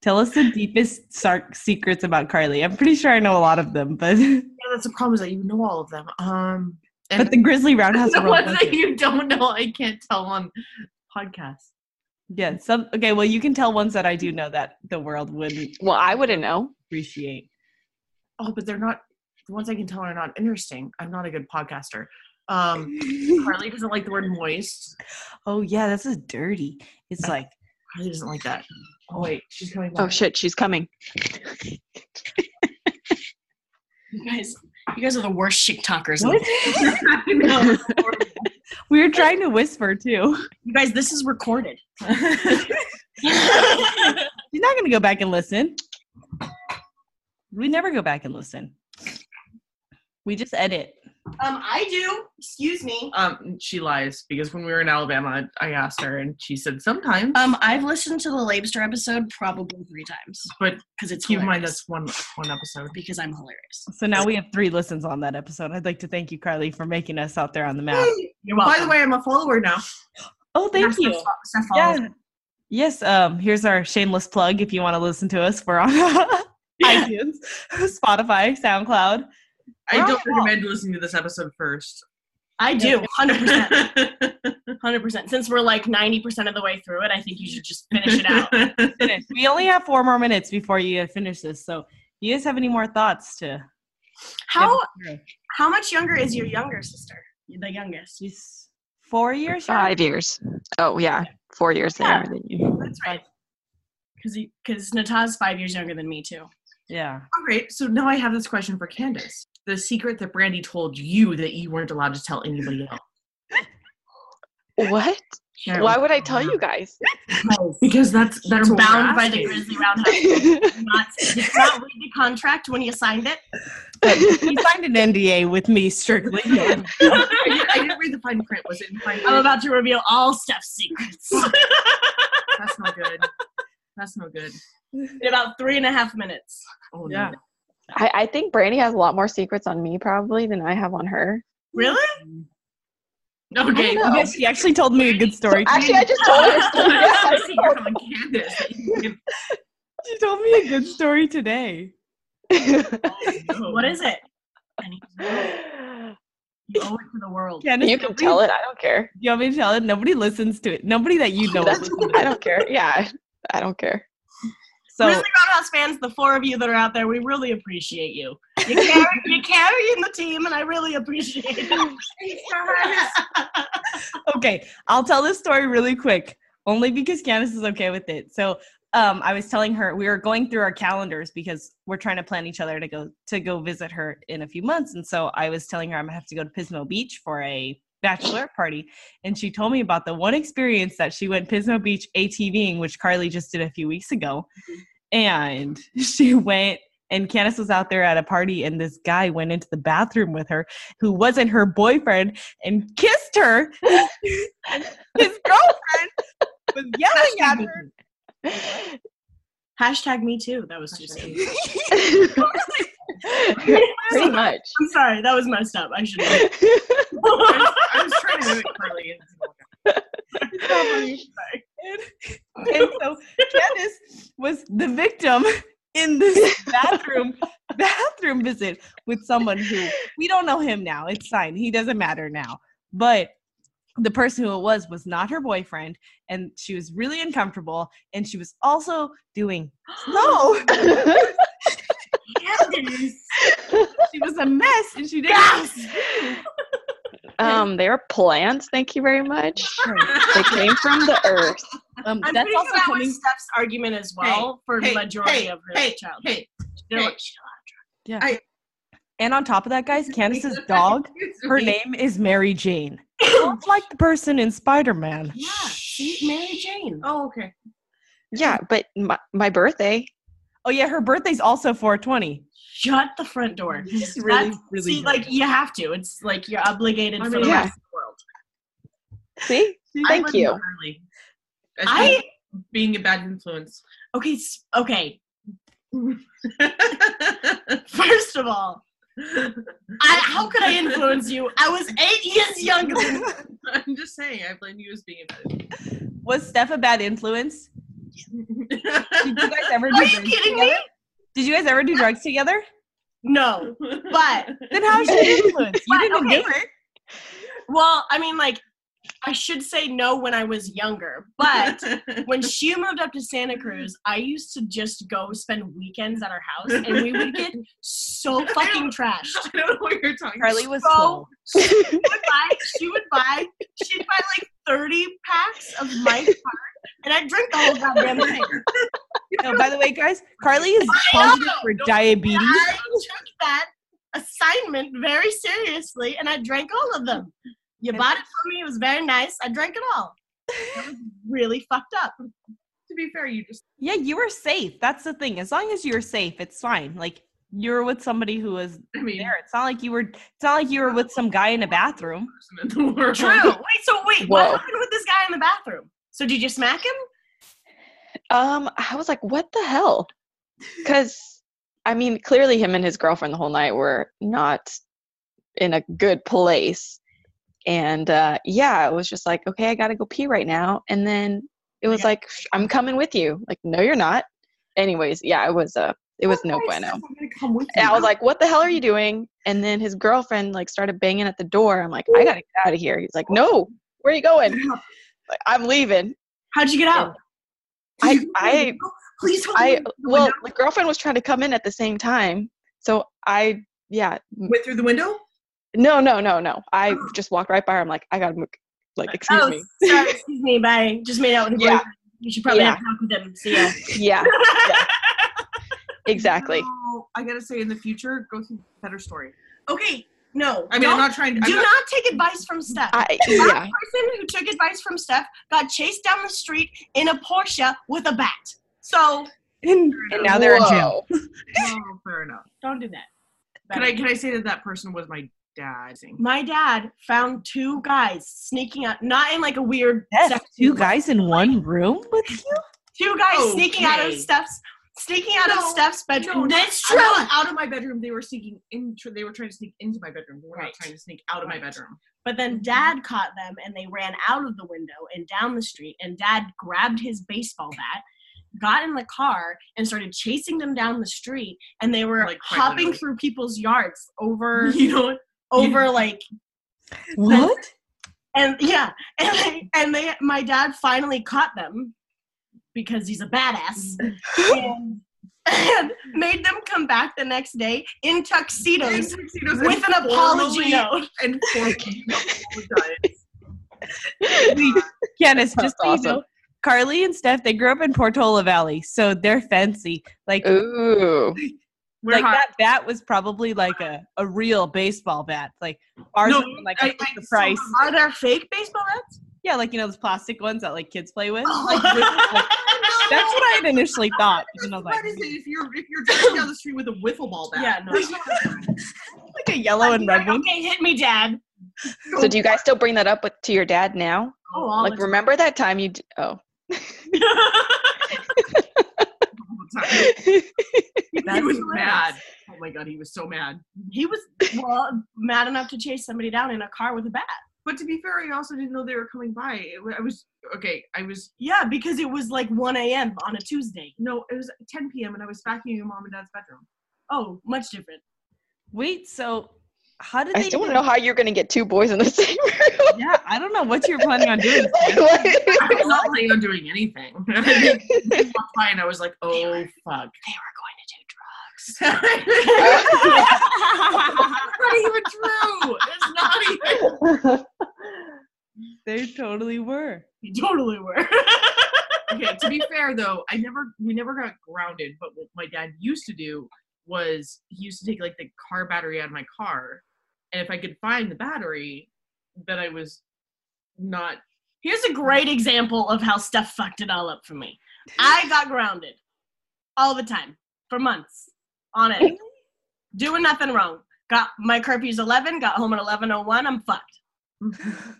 Speaker 5: Tell us the deepest sarc secrets about Carly. I'm pretty sure I know a lot of them, but
Speaker 1: Yeah, that's the problem is that you know all of them. Um, and
Speaker 5: but the Grizzly Roundhouse
Speaker 1: the
Speaker 5: World.
Speaker 1: ones that
Speaker 5: doesn't.
Speaker 1: you don't know, I can't tell on podcasts.
Speaker 5: Yeah. Some okay. Well, you can tell ones that I do know that the world wouldn't
Speaker 7: Well, I wouldn't know.
Speaker 5: appreciate.
Speaker 1: Oh, but they're not the ones I can tell are not interesting. I'm not a good podcaster. Um, Carly doesn't like the word moist.
Speaker 5: oh yeah, that's a dirty. It's like
Speaker 1: Carly doesn't like that. Oh wait, she's coming back.
Speaker 7: Oh shit, she's coming.
Speaker 6: You guys, you guys are the worst shit talkers.
Speaker 1: What?
Speaker 6: I know.
Speaker 5: we were trying to whisper too.
Speaker 6: you guys, this is recorded.
Speaker 5: You're not gonna go back and listen. We never go back and listen. We just edit.
Speaker 6: Um, I do. Excuse me.
Speaker 1: Um, she lies because when we were in Alabama, I asked her and she said sometimes.
Speaker 7: Uh,
Speaker 6: Um, I've listened to the Labster episode probably three times
Speaker 1: but
Speaker 6: because it's
Speaker 1: keep in
Speaker 6: hilarious.
Speaker 1: mind that's one one episode.
Speaker 6: because I'm hilarious.
Speaker 5: So now we have three listens on that episode. I'd like to thank you, Carly, for making us out there on the map.
Speaker 6: You're
Speaker 1: By
Speaker 6: welcome.
Speaker 1: the way, I'm a follower now.
Speaker 5: Oh, thank
Speaker 6: Steph-
Speaker 5: you.
Speaker 6: Steph
Speaker 5: Yeah.
Speaker 6: follows.
Speaker 5: Yes. Um. Here's our shameless plug. If you want to listen to us, we're on iTunes, Spotify, SoundCloud.
Speaker 1: I don't
Speaker 5: Right.
Speaker 1: recommend listening to this episode first.
Speaker 6: I do, hundred percent,
Speaker 1: Finish
Speaker 6: hundred percent. Since we're like ninety percent of the way through it, I think you should just finish it out.
Speaker 5: Finish. We only have four more minutes before you finish this. So, you guys have any more thoughts to?
Speaker 6: How how much younger is your younger sister? You're the youngest.
Speaker 5: She's four years. younger?
Speaker 7: Five years. Oh yeah. Four years
Speaker 6: Yeah.
Speaker 7: younger than you.
Speaker 6: That's right. Because because Nata's five years younger than me too.
Speaker 5: Yeah.
Speaker 1: All right, so now I have this question for Candace. The secret that Brandy told you that you weren't allowed to tell anybody else.
Speaker 7: What?
Speaker 1: Yeah,
Speaker 7: Why would I tell you guys?
Speaker 1: Because that's that's
Speaker 6: You're
Speaker 1: what we're
Speaker 6: bound by the
Speaker 1: asking.
Speaker 6: Grizzly Roundhouse. Did not, did not read the contract when you signed it.
Speaker 5: You signed an NDA with me strictly.
Speaker 1: I didn't, I didn't read the fine print. Was it in fine print?
Speaker 6: I'm about to reveal all Steph's secrets in
Speaker 1: That's no good. That's no good.
Speaker 6: about three and a half minutes.
Speaker 1: Oh, no.
Speaker 5: Yeah.
Speaker 7: I, I think Brandy has a lot more secrets on me probably than I have on her.
Speaker 6: Really?
Speaker 1: Okay.
Speaker 7: I don't know.
Speaker 5: Yes, she actually told me a good story.
Speaker 7: Actually, I just told her.
Speaker 1: That's
Speaker 7: Yeah,
Speaker 1: a secret from Candace. that you can give-
Speaker 5: she told me a good story today.
Speaker 1: no.
Speaker 6: What is it? And he goes, You owe it to the world.
Speaker 5: Candace,
Speaker 7: you can tell it. I don't care.
Speaker 5: You want me to tell it? Nobody listens to it. Nobody that you know.
Speaker 7: That's-
Speaker 5: listens to
Speaker 7: I
Speaker 5: it.
Speaker 7: don't care. Yeah, I don't care.
Speaker 5: So
Speaker 6: Grizzly Roundhouse fans, the four of you that are out there, we really appreciate you. You carry, you carry in the team, and I really appreciate it.
Speaker 5: okay, I'll tell this story really quick, only because Candace is okay with it. So um, I was telling her we were going through our calendars because we're trying to plan each other to go to go visit her in a few months. And so I was telling her I'm gonna have to go to Pismo Beach for a bachelorette party, and she told me about the one experience that she went Pismo Beach ATVing, which Carly just did a few weeks ago, and she went. And Candace was out there at a party, and this guy went into the bathroom with her, who wasn't her boyfriend, and kissed her his girlfriend was yelling at her.
Speaker 6: Hashtag me too. That was too soon.
Speaker 7: Pretty much.
Speaker 6: I'm sorry. That was messed up. I should have.
Speaker 1: I was, I was trying to do it Carly. and it didn't work out.
Speaker 5: And, and so Janice was the victim in this bathroom bathroom visit with someone who we don't know him now. It's fine. He doesn't matter now. But the person who it was was not her boyfriend, and she was really uncomfortable. And she was also doing no. She was a mess, and she didn't.
Speaker 7: um, they are plants. Thank you very much. They came from the earth.
Speaker 5: Um,
Speaker 6: I'm
Speaker 5: that's
Speaker 6: pretty
Speaker 5: also
Speaker 6: sure that
Speaker 5: coming.
Speaker 6: was Steph's argument as well for
Speaker 1: hey,
Speaker 6: the majority
Speaker 1: hey,
Speaker 6: of her
Speaker 1: hey,
Speaker 6: child.
Speaker 1: Hey,
Speaker 6: They're
Speaker 1: hey.
Speaker 6: like, "Shut up."
Speaker 5: Yeah.
Speaker 1: I-
Speaker 5: and on top of that, guys, Candace's dog Her name is Mary Jane. Sounds like the person in Spider Man.
Speaker 6: yeah, see, Mary Jane.
Speaker 1: Oh, okay.
Speaker 7: Yeah, but my, my birthday.
Speaker 5: Oh yeah, her birthday's also 420.
Speaker 6: Shut the front door.
Speaker 5: She's
Speaker 6: That's- see, like you have to. It's like you're obligated
Speaker 1: I
Speaker 6: for
Speaker 1: mean,
Speaker 6: the
Speaker 7: yeah.
Speaker 6: rest of the world.
Speaker 7: See,
Speaker 1: I
Speaker 7: thank
Speaker 1: love
Speaker 7: you.
Speaker 1: Carly.
Speaker 6: I
Speaker 1: I being a bad influence.
Speaker 6: okay, s- okay. First of all, I, how could I influence you? I was eight years younger than you.
Speaker 1: I'm just saying, I blame you as being a bad
Speaker 5: was Steph a bad influence? Did you guys ever do
Speaker 6: Are you
Speaker 5: drugs
Speaker 6: kidding
Speaker 5: together?
Speaker 6: me?
Speaker 5: Did you guys ever do drugs together?
Speaker 6: No, but
Speaker 5: Then how is she an influence? You
Speaker 6: But,
Speaker 5: didn't
Speaker 6: okay.
Speaker 5: do it.
Speaker 6: well, I mean, like I should say no when I was younger, but when she moved up to Santa Cruz, I used to just go spend weekends at her house, and we would get so fucking trashed.
Speaker 1: I don't know what you're talking.
Speaker 5: Carly was
Speaker 6: So-
Speaker 5: twelve.
Speaker 6: She would buy, she would buy, she'd buy like thirty packs of Mike's Hard, and I'd drink the whole goddamn thing.
Speaker 5: No, by the way, guys, Carly is
Speaker 6: I
Speaker 5: positive
Speaker 6: know!
Speaker 5: for
Speaker 6: Don't-
Speaker 5: diabetes.
Speaker 6: I took that assignment very seriously, and I drank all of them. You bought it for me; it was very nice. I drank it all. That was really fucked up.
Speaker 1: To be fair, you just
Speaker 5: Yeah, you were safe. That's the thing. As long as you're safe, it's fine. Like you're with somebody who was
Speaker 1: I mean
Speaker 5: there. It's not like you were. It's not like you were with some guy in a bathroom.
Speaker 1: person in the world.
Speaker 6: True. Wait, so wait, what
Speaker 7: Whoa.
Speaker 6: happened with this guy in the bathroom? So did you smack him?
Speaker 7: Um, I was like, what the hell? Because I mean, clearly him and his girlfriend the whole night were not in a good place. And uh yeah, it was just like, okay, I gotta go pee right now. And then it was
Speaker 6: Yeah.
Speaker 7: like, "Sh- I'm coming with you. Like, no, you're not. Anyways, yeah, it was uh it was no bueno.
Speaker 1: I'm gonna come with
Speaker 7: And I
Speaker 1: you.
Speaker 7: was like, what the hell are you doing? And then his girlfriend like started banging at the door. I'm like, I gotta get out of here. He's like, No, where are you going? Like, I'm leaving.
Speaker 6: How'd you get out?
Speaker 7: I I
Speaker 6: Please hold
Speaker 7: I
Speaker 6: me.
Speaker 7: well, the girlfriend was trying to come in at the same time, so I yeah m-
Speaker 1: went through the window.
Speaker 7: no no no no. I
Speaker 6: Oh.
Speaker 7: just walked right by her. I'm like I gotta move. like excuse
Speaker 6: oh,
Speaker 7: me
Speaker 6: sorry, excuse me. Bye. Just made out with a
Speaker 7: Yeah.
Speaker 6: boyfriend. You should probably
Speaker 7: Yeah.
Speaker 6: have talked with him. See ya.
Speaker 7: yeah exactly.
Speaker 1: No, I gotta say, in the future, go through better story.
Speaker 6: okay. No.
Speaker 1: I mean,
Speaker 6: don't-
Speaker 1: I'm not trying to. I'm
Speaker 6: do
Speaker 1: not,
Speaker 6: not take advice from Steph.
Speaker 7: I
Speaker 6: That
Speaker 7: yeah
Speaker 6: person who took advice from Steph got chased down the street in a Porsche with a bat. So
Speaker 5: And, now they're in jail.
Speaker 7: Whoa.
Speaker 1: Oh, fair enough.
Speaker 6: don't do that.
Speaker 1: Can I can I say that that person was my dad?
Speaker 6: My dad found two guys sneaking out, not in like a weird
Speaker 5: Yes,
Speaker 6: sexy
Speaker 5: two
Speaker 6: way.
Speaker 5: guys in one room with you.
Speaker 6: two guys sneaking out of
Speaker 1: Okay.
Speaker 6: Steph's sneaking out of
Speaker 1: No,
Speaker 6: Steph's bedroom.
Speaker 1: no,
Speaker 6: That's
Speaker 1: I'm not out of my bedroom. They were sneaking in. They were trying to sneak into my bedroom. They were
Speaker 6: Right.
Speaker 1: not trying to sneak out of my bedroom.
Speaker 6: But then dad caught them and they ran out of the window and down the street and dad grabbed his baseball bat, got in the car and started chasing them down the street and they were
Speaker 1: Like, quite
Speaker 6: hopping
Speaker 1: literally.
Speaker 6: through people's yards over
Speaker 1: You know what?
Speaker 6: over like
Speaker 5: What?
Speaker 6: and yeah and they, and they my dad finally caught them because he's a badass and, and made them come back the next day in tuxedos
Speaker 1: Tuxedos
Speaker 6: with an
Speaker 1: and
Speaker 6: apology
Speaker 1: formally-
Speaker 6: note.
Speaker 1: And formally apologize.
Speaker 5: Candace, just so
Speaker 7: That's
Speaker 5: you know, Carly and Steph they grew up in Portola Valley, so they're fancy. Like
Speaker 7: ooh
Speaker 1: We're
Speaker 5: like
Speaker 1: hot.
Speaker 5: that bat was probably like a, a real baseball bat. Like ours
Speaker 1: No,
Speaker 5: was like
Speaker 1: I-
Speaker 5: half
Speaker 1: I
Speaker 5: the
Speaker 1: saw
Speaker 5: price.
Speaker 1: them.
Speaker 6: Are there fake baseball bats?
Speaker 5: Yeah, like you know those plastic ones that like kids play with.
Speaker 6: Oh.
Speaker 5: Like, that's what I had initially thought. but then I was
Speaker 1: What
Speaker 5: like,
Speaker 1: is it if you're if you're driving down the street with a wiffle ball bat?
Speaker 6: Yeah, no.
Speaker 5: like a yellow and red one.
Speaker 6: Okay, hit me, Dad.
Speaker 7: so do you guys still bring that up with to your dad now
Speaker 6: Oh, all
Speaker 7: like
Speaker 6: the time.
Speaker 7: remember that time you d- oh
Speaker 1: all the time.
Speaker 7: oh.
Speaker 1: he was mad. Oh my god, he was so mad.
Speaker 6: He was well mad enough to chase somebody down in a car with a bat.
Speaker 1: But to be fair, I also didn't know they were coming by. It wa- I was okay. I was
Speaker 6: Yeah, because it was like 1 a.m. on a Tuesday.
Speaker 1: no, it was 10 p.m. and I was vacuuming your mom and dad's bedroom.
Speaker 6: Oh, much different.
Speaker 5: Wait, so how did
Speaker 7: I
Speaker 5: they?
Speaker 7: still want to know how you're gonna get two boys in the same room
Speaker 5: yeah, I don't know what you're planning on doing.
Speaker 7: Like, what?
Speaker 1: I was not planning on doing anything. I walked by and I was like, oh fuck.
Speaker 6: They were
Speaker 1: it's
Speaker 6: going to do drugs.
Speaker 1: not even true. It's not even.
Speaker 5: They totally were.
Speaker 1: e-
Speaker 6: You totally were.
Speaker 1: Okay. To be fair though, I never we never got grounded. But what my dad used to do was he used to take like the car battery out of my car, and if I could find the battery, then I was not
Speaker 6: Here's a great example of how stuff fucked it all up for me. I got grounded all the time for months on it, doing nothing wrong. Got my curfew's 11, got home at 11:01. I'm fucked.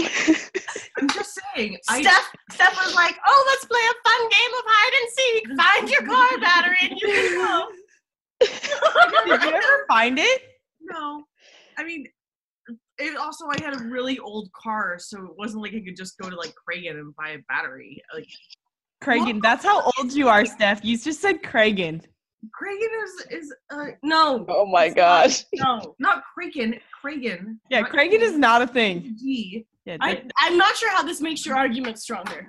Speaker 1: I'm just saying.
Speaker 6: Steph, Steph was like, "Oh, let's play a fun game of hide and seek. Find your car battery and you can go."
Speaker 5: Did you ever find it?
Speaker 1: no. I mean, it also I had a really old car, so it wasn't like I could just go to like Cragen and buy a battery. Like
Speaker 5: Cragen. That's how old you are, Steph. You just said Cragen.
Speaker 1: Kragan is is uh,
Speaker 6: No,
Speaker 7: Oh my gosh.
Speaker 6: no.
Speaker 1: not Kraken. Kragan.
Speaker 5: Yeah,
Speaker 1: not
Speaker 5: Kragan is not a thing.
Speaker 1: G.
Speaker 5: Yeah,
Speaker 6: I, I'm not sure how this makes your argument stronger.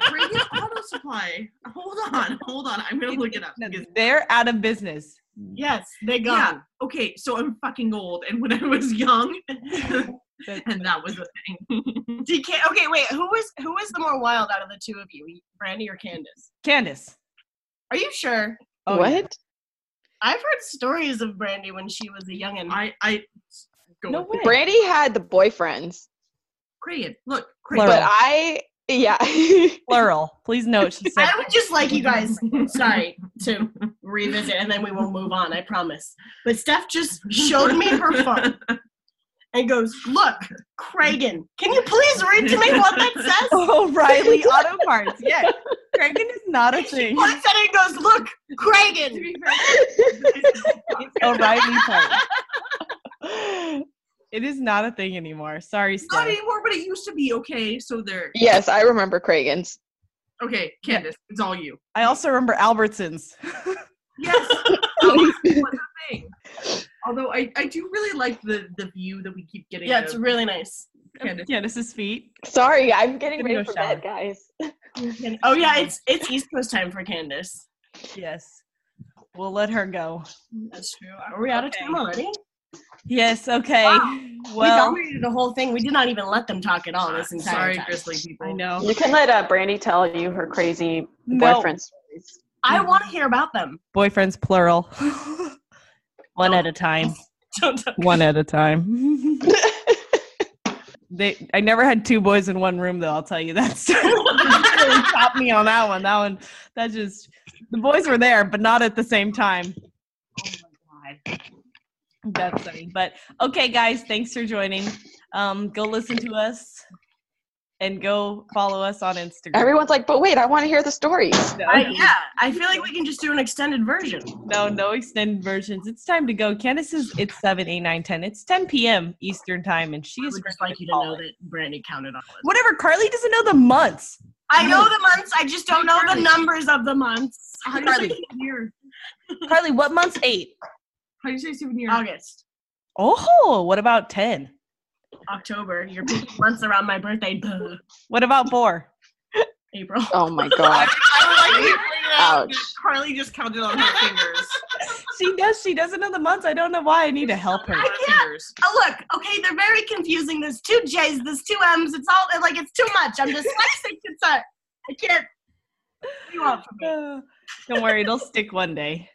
Speaker 1: Kragan Auto Supply. Hold on, hold on. I'm gonna look it up. because-
Speaker 5: they're out of business.
Speaker 6: Yes, they gone.
Speaker 1: Yeah. Okay, so I'm fucking old, and when I was young, and that was a thing.
Speaker 6: DK. Okay, wait. Who was who was the more wild out of the two of you, Brandy or Candace?
Speaker 5: Candace.
Speaker 6: Are you sure?
Speaker 5: Oh,
Speaker 7: what?
Speaker 5: yeah.
Speaker 6: I've heard stories of Brandy when she was a youngin.
Speaker 1: I I go
Speaker 5: No
Speaker 1: with
Speaker 5: way.
Speaker 7: Brandy had the boyfriends,
Speaker 1: Kragan. Look,
Speaker 5: Plural.
Speaker 1: Kragan.
Speaker 7: but I, yeah.
Speaker 5: Plural. Please note she said
Speaker 6: I would just like you guys. sorry to revisit, and then we will move on. I promise. But Steph just showed me her phone and goes, "Look, Kragen. Can you please read to me what that says?"
Speaker 5: O'Reilly Auto Parts. Yeah. Kragan is not a thing.
Speaker 6: Points at it and goes, "Look,
Speaker 1: To
Speaker 6: Kragen."
Speaker 1: be fair,
Speaker 5: O'Reilly Parts. It is not a thing anymore. Sorry,
Speaker 1: not
Speaker 5: Steph.
Speaker 1: anymore, but it used to be okay. So there.
Speaker 7: yes, I remember Kragan's.
Speaker 1: Okay, Candace, it's all you.
Speaker 5: I also remember Albertsons.
Speaker 1: Yes. thing. Although I, I do really like the the view that we keep getting.
Speaker 6: Yeah, it's
Speaker 1: of
Speaker 6: really nice.
Speaker 1: Candace.
Speaker 5: Candace's feet.
Speaker 7: Sorry, I'm getting
Speaker 5: Give me
Speaker 7: ready
Speaker 5: a
Speaker 7: for
Speaker 5: shower.
Speaker 7: bed, guys.
Speaker 6: Oh yeah, it's it's East Coast time for Candace.
Speaker 5: Yes. We'll let her go.
Speaker 6: That's true. Are we out of time already?
Speaker 5: Yes, okay.
Speaker 6: we
Speaker 5: Well,
Speaker 6: dominated the whole thing. We did not even let them talk at all this entire
Speaker 1: Sorry,
Speaker 6: time.
Speaker 1: Grizzly people.
Speaker 5: I know.
Speaker 7: You can let uh, Brandy tell you her crazy
Speaker 5: No.
Speaker 7: boyfriend stories.
Speaker 6: I want to hear about them.
Speaker 5: Boyfriends plural. One at a time.
Speaker 6: Don't, don't-
Speaker 5: One at a time. they I never had two boys in one room though, I'll tell you that story. really topped me on that one. That one that just the boys were there, but not at the same time. That's funny. But okay guys, thanks for joining. Um go listen to us and go follow us on Instagram.
Speaker 7: Everyone's like, but wait, I want to hear the stories.
Speaker 5: No,
Speaker 6: I, yeah, I feel like we can just do an extended version.
Speaker 5: no, no extended versions. It's time to go. Candace is it's 7, 8, 9, 10. It's 10 p.m. Eastern time and she
Speaker 6: I
Speaker 5: is
Speaker 6: would just like you to know that Brandy counted all of us.
Speaker 5: Whatever, Carly doesn't know the months.
Speaker 6: I know the months. I just don't know the numbers of the months.
Speaker 1: How do you say souvenir?
Speaker 5: Carly, what month's eight?
Speaker 1: How do you say souvenir?
Speaker 6: August,
Speaker 5: Oh, what about 10?
Speaker 6: October. You're picking months around my birthday. Duh.
Speaker 5: What about four?
Speaker 6: April.
Speaker 7: Oh my god.
Speaker 1: I would like to point out
Speaker 7: Ouch.
Speaker 1: that Carly just counted on her fingers.
Speaker 5: She does. She doesn't know the months. I don't know why. I need to help her.
Speaker 1: Her fingers.
Speaker 6: Oh look, okay, they're very confusing. There's two J's, there's two M's. It's all like it's too much. I'm dyslexic. It's a, I can't. What do you want from me?
Speaker 5: Uh, Don't worry, it'll stick one day.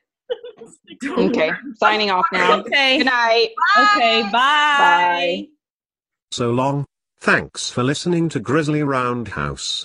Speaker 7: Okay, signing off now.
Speaker 5: Okay.
Speaker 7: Good night.
Speaker 5: Okay, bye.
Speaker 7: Bye.
Speaker 3: So long. Thanks for listening to Grizzly Roundhouse.